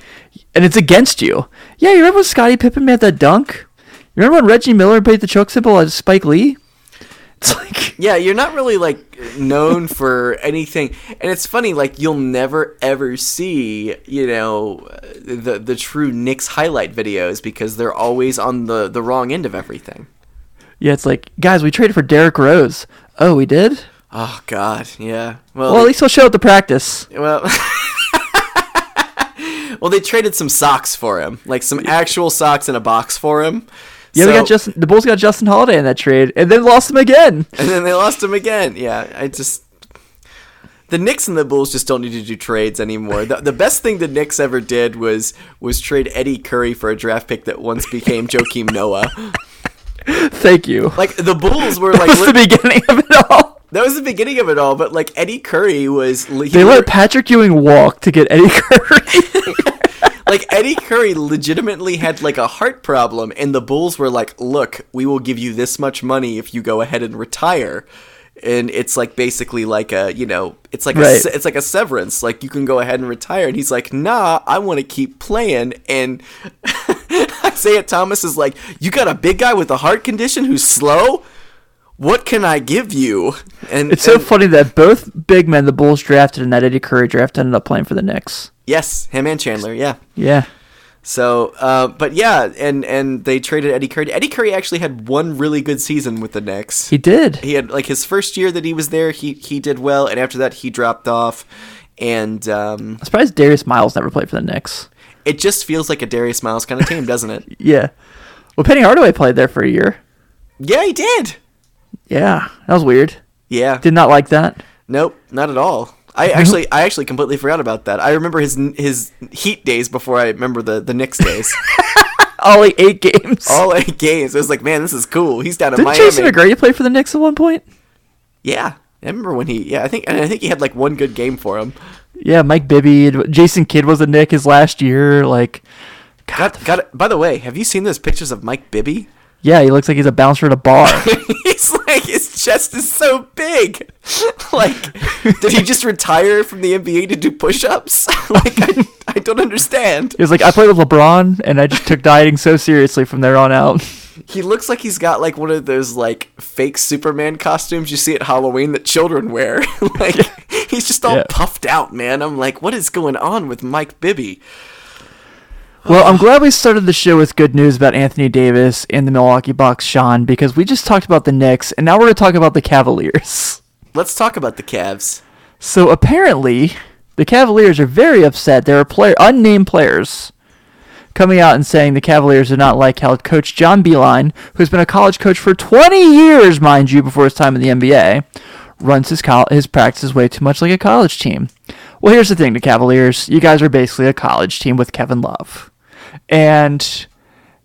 [SPEAKER 3] and it's against you. Yeah, you remember when Scottie Pippen made that dunk? You remember when Reggie Miller played the choke symbol at Spike Lee? It's like,
[SPEAKER 4] Yeah, you're not really like known for anything, and it's funny. Like you'll never ever see, you know, the the true Knicks highlight videos because they're always on the the wrong end of everything.
[SPEAKER 3] yeah, it's like, guys, we traded for Derrick Rose. Oh, we did.
[SPEAKER 4] Oh God, yeah.
[SPEAKER 3] Well, at least he'll show up to practice.
[SPEAKER 4] Well, well, they traded some socks for him, like some actual socks in a box for him.
[SPEAKER 3] Yeah, we
[SPEAKER 4] So-
[SPEAKER 3] got Justin. The Bulls got Justin Holiday in that trade, and then lost him again.
[SPEAKER 4] and then they lost him again. Yeah, I just the Knicks and the Bulls just don't need to do trades anymore. The, the best thing the Knicks ever did was was trade Eddie Curry for a draft pick that once became Joakim Noah.
[SPEAKER 3] Thank you.
[SPEAKER 4] Like the Bulls were
[SPEAKER 3] that
[SPEAKER 4] like
[SPEAKER 3] was the beginning of it all.
[SPEAKER 4] that was the beginning of it all, but like Eddie Curry was he
[SPEAKER 3] They
[SPEAKER 4] were-
[SPEAKER 3] let Patrick Ewing walk to get Eddie Curry.
[SPEAKER 4] like Eddie Curry legitimately had like a heart problem, and the Bulls were like, "Look, we will give you this much money if you go ahead and retire." And it's like basically like a you know it's like a
[SPEAKER 3] Right.
[SPEAKER 4] se- it's like a severance like you can go ahead and retire and he's like nah I want to keep playing and Isaiah Thomas is like you got a big guy with a heart condition who's slow what can I give you and
[SPEAKER 3] It's so
[SPEAKER 4] and-
[SPEAKER 3] funny that both big men the Bulls drafted and that Eddie Curry draft ended up playing for the Knicks.
[SPEAKER 4] yes him and Chandler yeah
[SPEAKER 3] Yeah.
[SPEAKER 4] So, uh, but yeah, and and they traded Eddie Curry. Eddie Curry actually had one really good season with the Knicks.
[SPEAKER 3] He did.
[SPEAKER 4] He had like his first year that he was there, he he did well, and after that he dropped off. And um,
[SPEAKER 3] I'm surprised Darius Miles never played for the Knicks.
[SPEAKER 4] it just feels like a Darius Miles kind of team, doesn't it?
[SPEAKER 3] Yeah. Well, Penny Hardaway played there for a year.
[SPEAKER 4] yeah, he did.
[SPEAKER 3] Yeah. That was weird.
[SPEAKER 4] Yeah.
[SPEAKER 3] Did not like that.
[SPEAKER 4] nope, not at all. I actually I actually completely forgot about that. I remember his his Heat days before I remember the the Knicks days.
[SPEAKER 3] All like eight games.
[SPEAKER 4] All eight games. I was like, man, this is cool. He's down in
[SPEAKER 3] Didn't
[SPEAKER 4] Miami.
[SPEAKER 3] Jason McGrady play for the Knicks at one point?
[SPEAKER 4] yeah, I remember when he. Yeah, I think and I think he had like one good game for him.
[SPEAKER 3] Yeah, Mike Bibby. and Jason Kidd was a Knick his last year. Like,
[SPEAKER 4] Got, got, by the way, have you seen those pictures of Mike Bibby?
[SPEAKER 3] yeah, he looks like he's a bouncer at a bar.
[SPEAKER 4] He's like his chest is so big. like, did he just retire from the NBA to do push-ups? like, I, I don't understand.
[SPEAKER 3] He was like, I played with LeBron, and I just took dieting so seriously from there on out.
[SPEAKER 4] He looks like he's got like one of those like fake Superman costumes you see at Halloween that children wear. like, he's just all
[SPEAKER 3] Yeah.
[SPEAKER 4] puffed out, man. I'm like, what is going on with Mike Bibby?
[SPEAKER 3] Well, I'm glad we started the show with good news about Anthony Davis and the Milwaukee Bucks, Sean, because we just talked about the Knicks, and now we're going to talk about the Cavaliers.
[SPEAKER 4] Let's talk about the Cavs.
[SPEAKER 3] So apparently, the Cavaliers are very upset. There are player unnamed players coming out and saying the Cavaliers do not like how coach John Beeline, who's been a college coach for 20 years, mind you, before his time in the NBA, runs his col- his practices way too much like a college team. Well, here's the thing, the Cavaliers, you guys are basically a college team with Kevin Love, and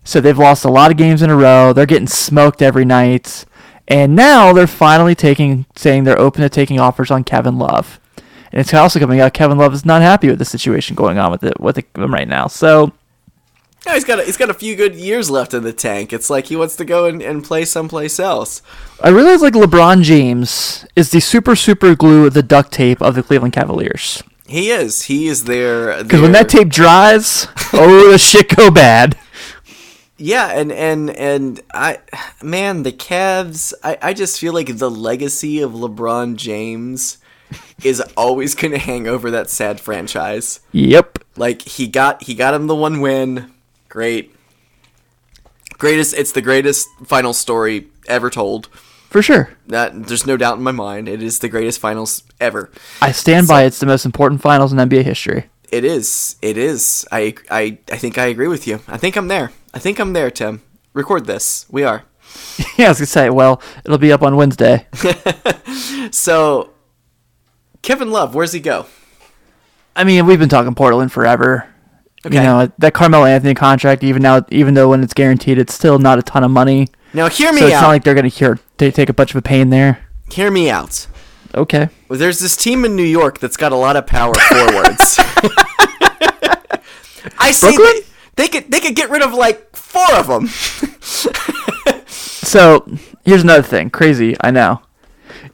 [SPEAKER 3] so they've lost a lot of games in a row. They're getting smoked every night. And now they're finally taking saying they're open to taking offers on Kevin Love. And it's also coming out Kevin Love is not happy with the situation going on with it with him right now. So
[SPEAKER 4] No, he's got a, he's got a few good years left in the tank. It's like he wants to go and, and play someplace else.
[SPEAKER 3] I realize like LeBron James is the super super glue the duct tape of the Cleveland Cavaliers.
[SPEAKER 4] He is. He is there.
[SPEAKER 3] Because when that tape dries, oh the shit go bad.
[SPEAKER 4] yeah, and and and I, man, the Cavs. I I just feel like the legacy of LeBron James is always going to hang over that sad franchise.
[SPEAKER 3] Yep.
[SPEAKER 4] Like he got he got him the one win. Great. Greatest. It's the greatest final story ever told.
[SPEAKER 3] for sure.
[SPEAKER 4] That, there's no doubt in my mind. It is the greatest finals ever.
[SPEAKER 3] I stand by it's the most important finals in NBA history.
[SPEAKER 4] It is. It is. I, I, I think I agree with you. I think I'm there. I think I'm there, Tim. Record this. We are.
[SPEAKER 3] yeah, I was gonna say, well, it'll be up on Wednesday.
[SPEAKER 4] So, Kevin Love, where's he go?
[SPEAKER 3] I mean, we've been talking Portland forever. You
[SPEAKER 4] Okay.
[SPEAKER 3] know that Carmelo Anthony contract, even now, even though when it's guaranteed, it's still not a ton of money.
[SPEAKER 4] Now, hear me
[SPEAKER 3] So it's
[SPEAKER 4] out.
[SPEAKER 3] not like they're gonna cure, they take a bunch of a pain there.
[SPEAKER 4] hear me out.
[SPEAKER 3] Okay.
[SPEAKER 4] Well, there's this team in New York that's got a lot of power forwards. I see
[SPEAKER 3] Brooklyn?
[SPEAKER 4] they, they could they could get rid of like four of them.
[SPEAKER 3] So here's another thing. Crazy, I know.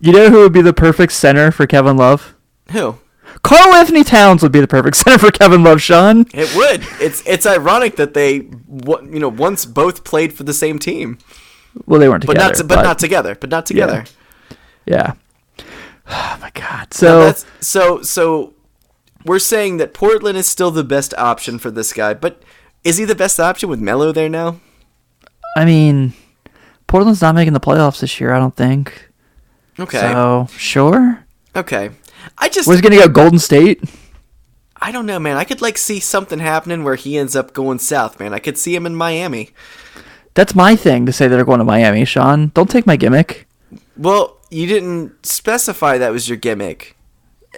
[SPEAKER 3] You know who would be the perfect center for Kevin Love?
[SPEAKER 4] Who?
[SPEAKER 3] Carl Anthony Towns would be the perfect center for Kevin Love, Sean.
[SPEAKER 4] It would. It's it's ironic that they wa- you know once both played for the same team,
[SPEAKER 3] Well, they weren't
[SPEAKER 4] but
[SPEAKER 3] together.
[SPEAKER 4] not to, but, not together, but not together.
[SPEAKER 3] Yeah. Oh my God. So
[SPEAKER 4] That's so so. We're saying that Portland is still the best option for this guy, but is he the best option with Melo there now?
[SPEAKER 3] I mean, Portland's not making the playoffs this year. I don't think.
[SPEAKER 4] Okay.
[SPEAKER 3] So sure.
[SPEAKER 4] Okay. I just
[SPEAKER 3] Where's he gonna go? Golden State.
[SPEAKER 4] I don't know, man. I could like see something happening where he ends up going south, man. I could see him in Miami.
[SPEAKER 3] That's my thing to say they're going to Miami, Sean. Don't take my gimmick.
[SPEAKER 4] Well, you didn't specify that was your gimmick.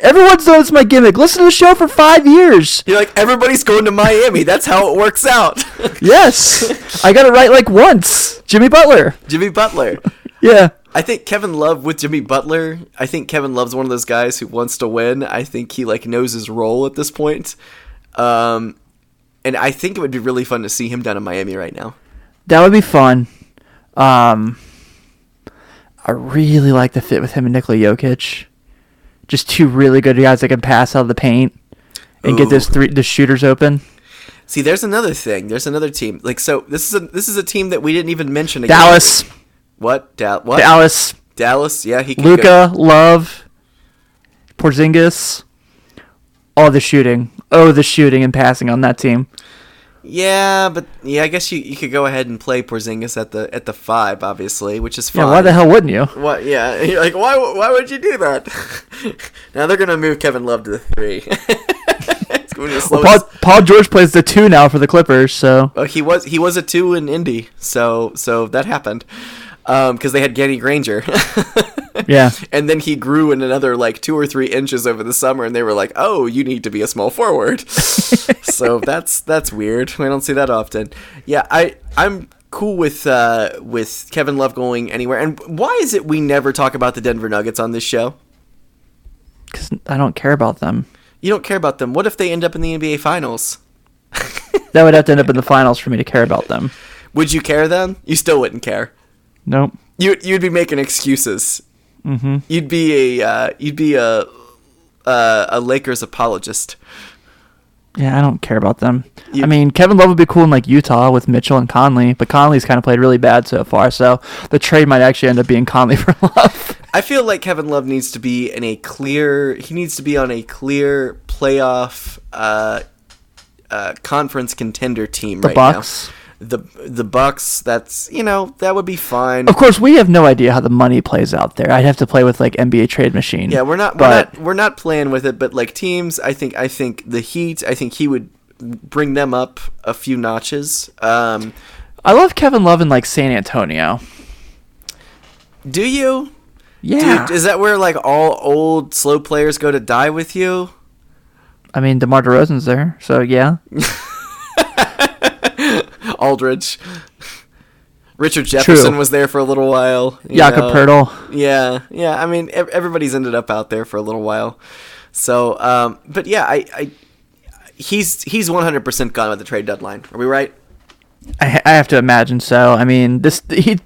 [SPEAKER 3] Everyone's known it's my gimmick. Listen to the show for five years.
[SPEAKER 4] You're like everybody's going to Miami. That's how it works out.
[SPEAKER 3] Yes, I got it right like once. Jimmy Butler.
[SPEAKER 4] Jimmy Butler.
[SPEAKER 3] Yeah.
[SPEAKER 4] I think Kevin Love with Jimmy Butler. I think Kevin Love's one of those guys who wants to win. I think he like knows his role at this point. Um and I think it would be really fun to see him down in Miami right now.
[SPEAKER 3] That would be fun. Um, I really like the fit with him and Nikola Jokic. Just two really good guys that can pass out of the paint and get those three the shooters open.
[SPEAKER 4] See, there's another thing. There's another team. Like so this is a this is a team that we didn't even mention again.
[SPEAKER 3] Dallas,
[SPEAKER 4] What? Da- what?
[SPEAKER 3] Dallas,
[SPEAKER 4] Dallas, yeah, he could go-
[SPEAKER 3] Luca, Love, Porzingis, all the shooting. Oh, the shooting and passing on that team.
[SPEAKER 4] Yeah, but yeah, I guess you, you could go ahead and play Porzingis at the at the five, obviously, which is fine.
[SPEAKER 3] Yeah, why the hell wouldn't you?
[SPEAKER 4] What? Yeah, you're like, why? Why would you do that? now they're gonna move Kevin Love to the three. it's going to slow
[SPEAKER 3] Paul,
[SPEAKER 4] us-
[SPEAKER 3] Paul George plays the two now for the Clippers, so
[SPEAKER 4] Oh, he was he was a two in Indy, so so that happened because they had Danny Granger.
[SPEAKER 3] yeah.
[SPEAKER 4] And then he grew in another like two or three inches over the summer, and they were like, "Oh, you need to be a small forward." so that's that's weird. We don't see that often. Yeah, I I'm cool with uh, with Kevin Love going anywhere. And why is it we never talk about the Denver Nuggets on this show?
[SPEAKER 3] Because I don't care about them.
[SPEAKER 4] You don't care about them. What if they end up in the NBA Finals?
[SPEAKER 3] That would have to end up in the finals for me to care about them.
[SPEAKER 4] Would you care then? You still wouldn't care.
[SPEAKER 3] Nope.
[SPEAKER 4] You you'd be making excuses. Mm-hmm. You'd be a uh, you'd be a uh, a Lakers apologist.
[SPEAKER 3] Yeah, I don't care about them. I mean, Kevin Love would be cool in like Utah with Mitchell and Conley, but Conley's kind of played really bad so far, so the trade might actually end up being Conley for Love.
[SPEAKER 4] I feel like Kevin Love needs to be in a clear. He needs to be on a clear playoff uh, uh, conference contender team right
[SPEAKER 3] Bucks?
[SPEAKER 4] now. The the Bucks. That's you know that would be fine.
[SPEAKER 3] Of course, we have no idea how the money plays out there. I'd have to play with like NBA trade machine.
[SPEAKER 4] Yeah, we're not
[SPEAKER 3] But
[SPEAKER 4] we're not we're not playing with it. But like teams, I think I think the Heat. I think he would bring them up a few notches. Um,
[SPEAKER 3] I love Kevin Love in like San Antonio.
[SPEAKER 4] do you?
[SPEAKER 3] Yeah,
[SPEAKER 4] Dude, is that where like all old slow players go to die with you?
[SPEAKER 3] I mean Demar Derozan's there, so yeah.
[SPEAKER 4] Aldridge. Richard Jefferson
[SPEAKER 3] True.
[SPEAKER 4] was there for a little while. you
[SPEAKER 3] Jakob
[SPEAKER 4] know.
[SPEAKER 3] Pertl.
[SPEAKER 4] Yeah, yeah. I mean, ev- everybody's ended up out there for a little while. So, um, but yeah, I, I, he's he's 100% gone by the trade deadline. Are we right?
[SPEAKER 3] I, I have to imagine so. I mean, this he,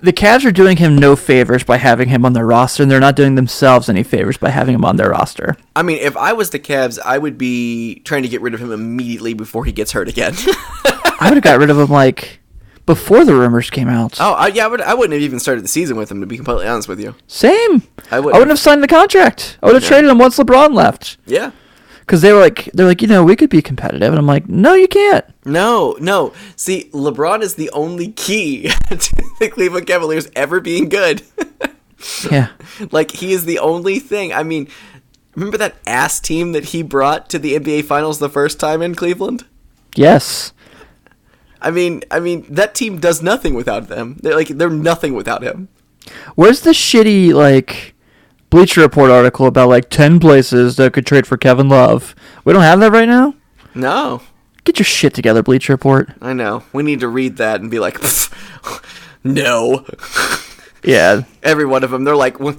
[SPEAKER 3] the Cavs are doing him no favors by having him on their roster, and they're not doing themselves any favors by having him on their roster.
[SPEAKER 4] I mean, if I was the Cavs, I would be trying to get rid of him immediately before he gets hurt again.
[SPEAKER 3] I would have got rid of him like before the rumors came out.
[SPEAKER 4] oh, I, yeah, I, would, I wouldn't have even started the season with him, to be completely honest with you.
[SPEAKER 3] Same.
[SPEAKER 4] I wouldn't
[SPEAKER 3] I wouldn't have signed the contract. I would have traded him once LeBron left.
[SPEAKER 4] Yeah.
[SPEAKER 3] because they were like they're like you know we could be competitive, and I'm like no you can't.
[SPEAKER 4] No, no. See, LeBron is the only key to the Cleveland Cavaliers ever being good.
[SPEAKER 3] Yeah,
[SPEAKER 4] like he is the only thing. I mean, remember that ass team that he brought to the NBA Finals the first time in Cleveland?
[SPEAKER 3] yes,
[SPEAKER 4] I mean, I mean that team does nothing without them. They're like they're nothing without him.
[SPEAKER 3] Where's the shitty like Bleacher Report article about like ten places that could trade for Kevin Love? We don't have that right now.
[SPEAKER 4] No,
[SPEAKER 3] Get your shit together, Bleacher Report.
[SPEAKER 4] I know. We need to read that and be like, no.
[SPEAKER 3] Yeah,
[SPEAKER 4] Every one of them, they're like, "Well,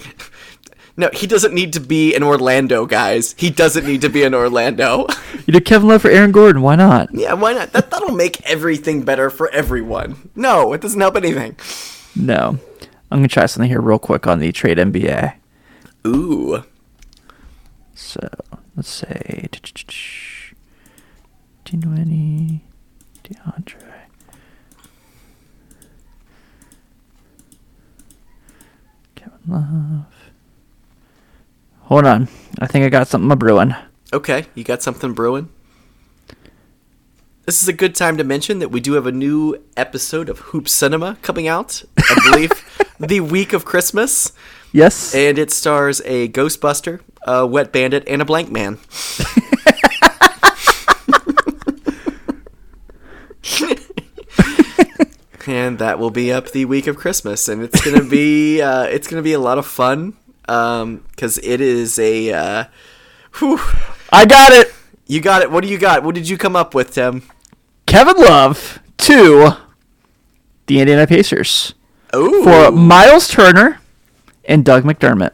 [SPEAKER 4] no, he doesn't need to be in Orlando, guys. He doesn't need to be in Orlando.
[SPEAKER 3] you did Kevin Love for Aaron Gordon. Why not?
[SPEAKER 4] yeah, why not? That that'll make everything better for everyone. No, it doesn't help anything.
[SPEAKER 3] No, I'm gonna try something here real quick on the trade NBA.
[SPEAKER 4] Ooh,
[SPEAKER 3] So let's say Dinwiddie, DeAndre. Kevin Love. Hold on. I think I got something a brewing.
[SPEAKER 4] okay, you got something brewing. This is a good time to mention that we do have a new episode of Hoop Cinema coming out. I believe the week of Christmas.
[SPEAKER 3] Yes.
[SPEAKER 4] and it stars a Ghostbuster, a Wet Bandit, and a Blank Man. and that will be up the week of Christmas, and it's gonna be uh, it's gonna be a lot of fun because it is a. Uh, whew.
[SPEAKER 3] I got it.
[SPEAKER 4] you got it. What do you got? What did you come up with, Tim?
[SPEAKER 3] Kevin Love to the Indiana Pacers
[SPEAKER 4] Oh,
[SPEAKER 3] for Miles Turner and Doug McDermott.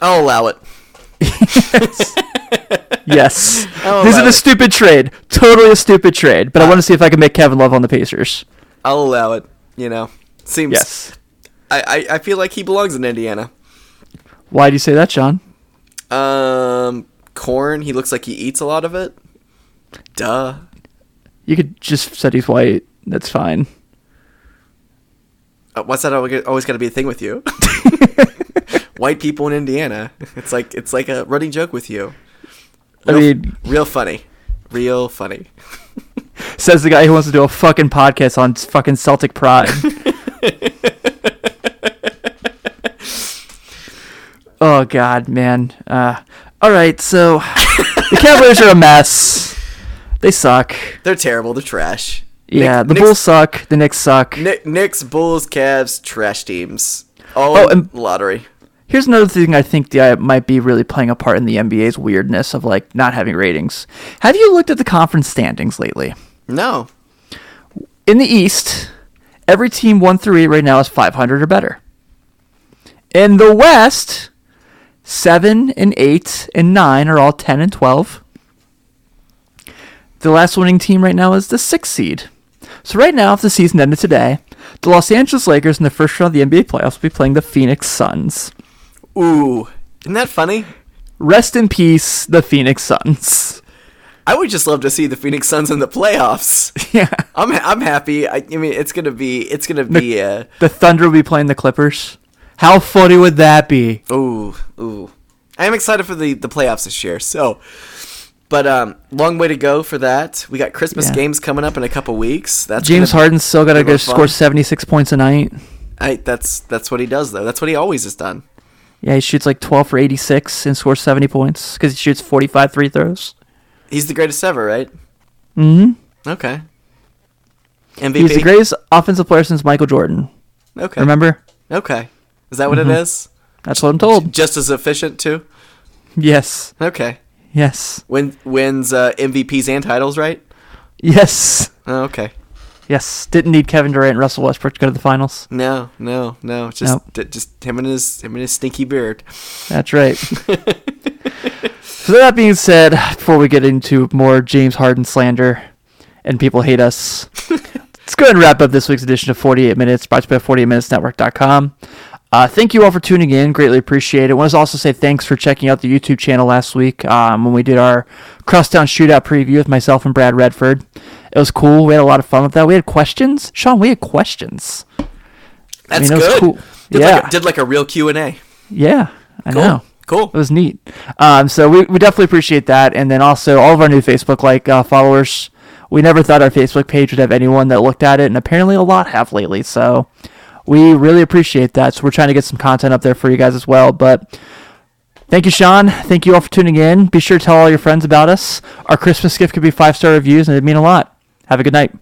[SPEAKER 4] I'll allow it.
[SPEAKER 3] Yes.
[SPEAKER 4] I'll
[SPEAKER 3] this is
[SPEAKER 4] allow
[SPEAKER 3] a
[SPEAKER 4] it.
[SPEAKER 3] stupid trade. Totally a stupid trade.
[SPEAKER 4] Uh,
[SPEAKER 3] But I want to see if I can make Kevin Love on the Pacers.
[SPEAKER 4] I'll allow it. You know, seems.
[SPEAKER 3] Yes.
[SPEAKER 4] I, I I feel like he belongs in Indiana.
[SPEAKER 3] Why do you say that, Sean?
[SPEAKER 4] Um, corn. He looks like he eats a lot of it. Duh.
[SPEAKER 3] You could just said he's white. That's fine.
[SPEAKER 4] Uh, What's that always always got to be a thing with you? White people in Indiana. It's like it's like a running joke with you.
[SPEAKER 3] I mean,
[SPEAKER 4] Real funny. Real funny.
[SPEAKER 3] says the guy who wants to do a fucking podcast on fucking Celtic pride. oh god, man. Uh, all right, so the Cavaliers are a mess. They suck.
[SPEAKER 4] They're terrible. They're trash.
[SPEAKER 3] Yeah,
[SPEAKER 4] Knicks-
[SPEAKER 3] the
[SPEAKER 4] Knicks-
[SPEAKER 3] Bulls suck. The Knicks suck.
[SPEAKER 4] Knick, Knicks, Bulls, Cavs, trash teams. All
[SPEAKER 3] Oh,
[SPEAKER 4] in
[SPEAKER 3] and-
[SPEAKER 4] lottery.
[SPEAKER 3] Here's another thing I think the, uh, might be really playing a part in the NBA's weirdness of like not having ratings. Have you looked at the conference standings lately?
[SPEAKER 4] No.
[SPEAKER 3] in the East, every team one through eight right now is 500 or better. In the West, seven and eight and nine are all 10 and 12. The last winning team right now is the sixth seed. So right now, if the season ended today, the Los Angeles Lakers in the first round of the NBA playoffs will be playing the Phoenix Suns.
[SPEAKER 4] Ooh. Isn't that funny?
[SPEAKER 3] Rest in peace, the Phoenix Suns.
[SPEAKER 4] I would just love to see the Phoenix Suns in the playoffs.
[SPEAKER 3] Yeah.
[SPEAKER 4] I'm I'm happy. I, I mean, it's gonna be it's gonna be uh,
[SPEAKER 3] The Thunder will be playing the Clippers. How funny would that be?
[SPEAKER 4] Ooh, ooh. I am excited for the, the playoffs this year. So, but um, long way to go for that. We got Christmas
[SPEAKER 3] Yeah.
[SPEAKER 4] games coming up in a couple weeks. That's
[SPEAKER 3] James
[SPEAKER 4] gonna-
[SPEAKER 3] Harden's still got to
[SPEAKER 4] gonna
[SPEAKER 3] go
[SPEAKER 4] be fun.
[SPEAKER 3] score 76 points a night.
[SPEAKER 4] I, that's that's what he does though. That's what he always has done.
[SPEAKER 3] Yeah, he shoots like 12 for 86 and scores 70 points because he shoots 45 free throws.
[SPEAKER 4] He's the greatest ever, right? Mm-hmm. Okay. MVP.
[SPEAKER 3] Mm-hmm. He's the greatest offensive player since Michael Jordan.
[SPEAKER 4] Okay.
[SPEAKER 3] Remember? Mm-hmm.
[SPEAKER 4] Okay. Is that what it is?
[SPEAKER 3] That's what I'm told.
[SPEAKER 4] Just as efficient too.
[SPEAKER 3] Yes.
[SPEAKER 4] Okay.
[SPEAKER 3] Yes.
[SPEAKER 4] Win wins uh, MVPs and titles, right?
[SPEAKER 3] Yes.
[SPEAKER 4] Oh, okay.
[SPEAKER 3] Yes. Didn't need Kevin Durant and Russell Westbrook to go to the finals.
[SPEAKER 4] No, no, no. Just
[SPEAKER 3] Nope.
[SPEAKER 4] d- just him and his him and his stinky beard.
[SPEAKER 3] That's right. so that being said, before we get into more James Harden slander and people hate us, let's go ahead and wrap up this week's edition of 48 Minutes, brought to you by 48minutesnetwork.com. Uh, thank you all for tuning in. Greatly appreciate it. want to also say thanks for checking out the YouTube channel last week um, when we did our Crosstown Shootout preview with myself and Brad Redford. It was cool. We had a lot of fun with that. We had questions. Sean, we had questions.
[SPEAKER 4] That's
[SPEAKER 3] mean, that was
[SPEAKER 4] good.
[SPEAKER 3] cool.
[SPEAKER 4] Did
[SPEAKER 3] Yeah.
[SPEAKER 4] Like a, did like a real Q and A.
[SPEAKER 3] Yeah, I
[SPEAKER 4] Cool.
[SPEAKER 3] know.
[SPEAKER 4] Cool.
[SPEAKER 3] It was neat. Um, so we, we definitely appreciate that. And then also all of our new Facebook like uh, followers. We never thought our Facebook page would have anyone that looked at it, and apparently a lot have lately. So we really appreciate that. So we're trying to get some content up there for you guys as well. But thank you, Sean. Thank you all for tuning in. Be sure to tell all your friends about us. Our Christmas gift could be five star reviews, and it'd mean a lot. Have a good night.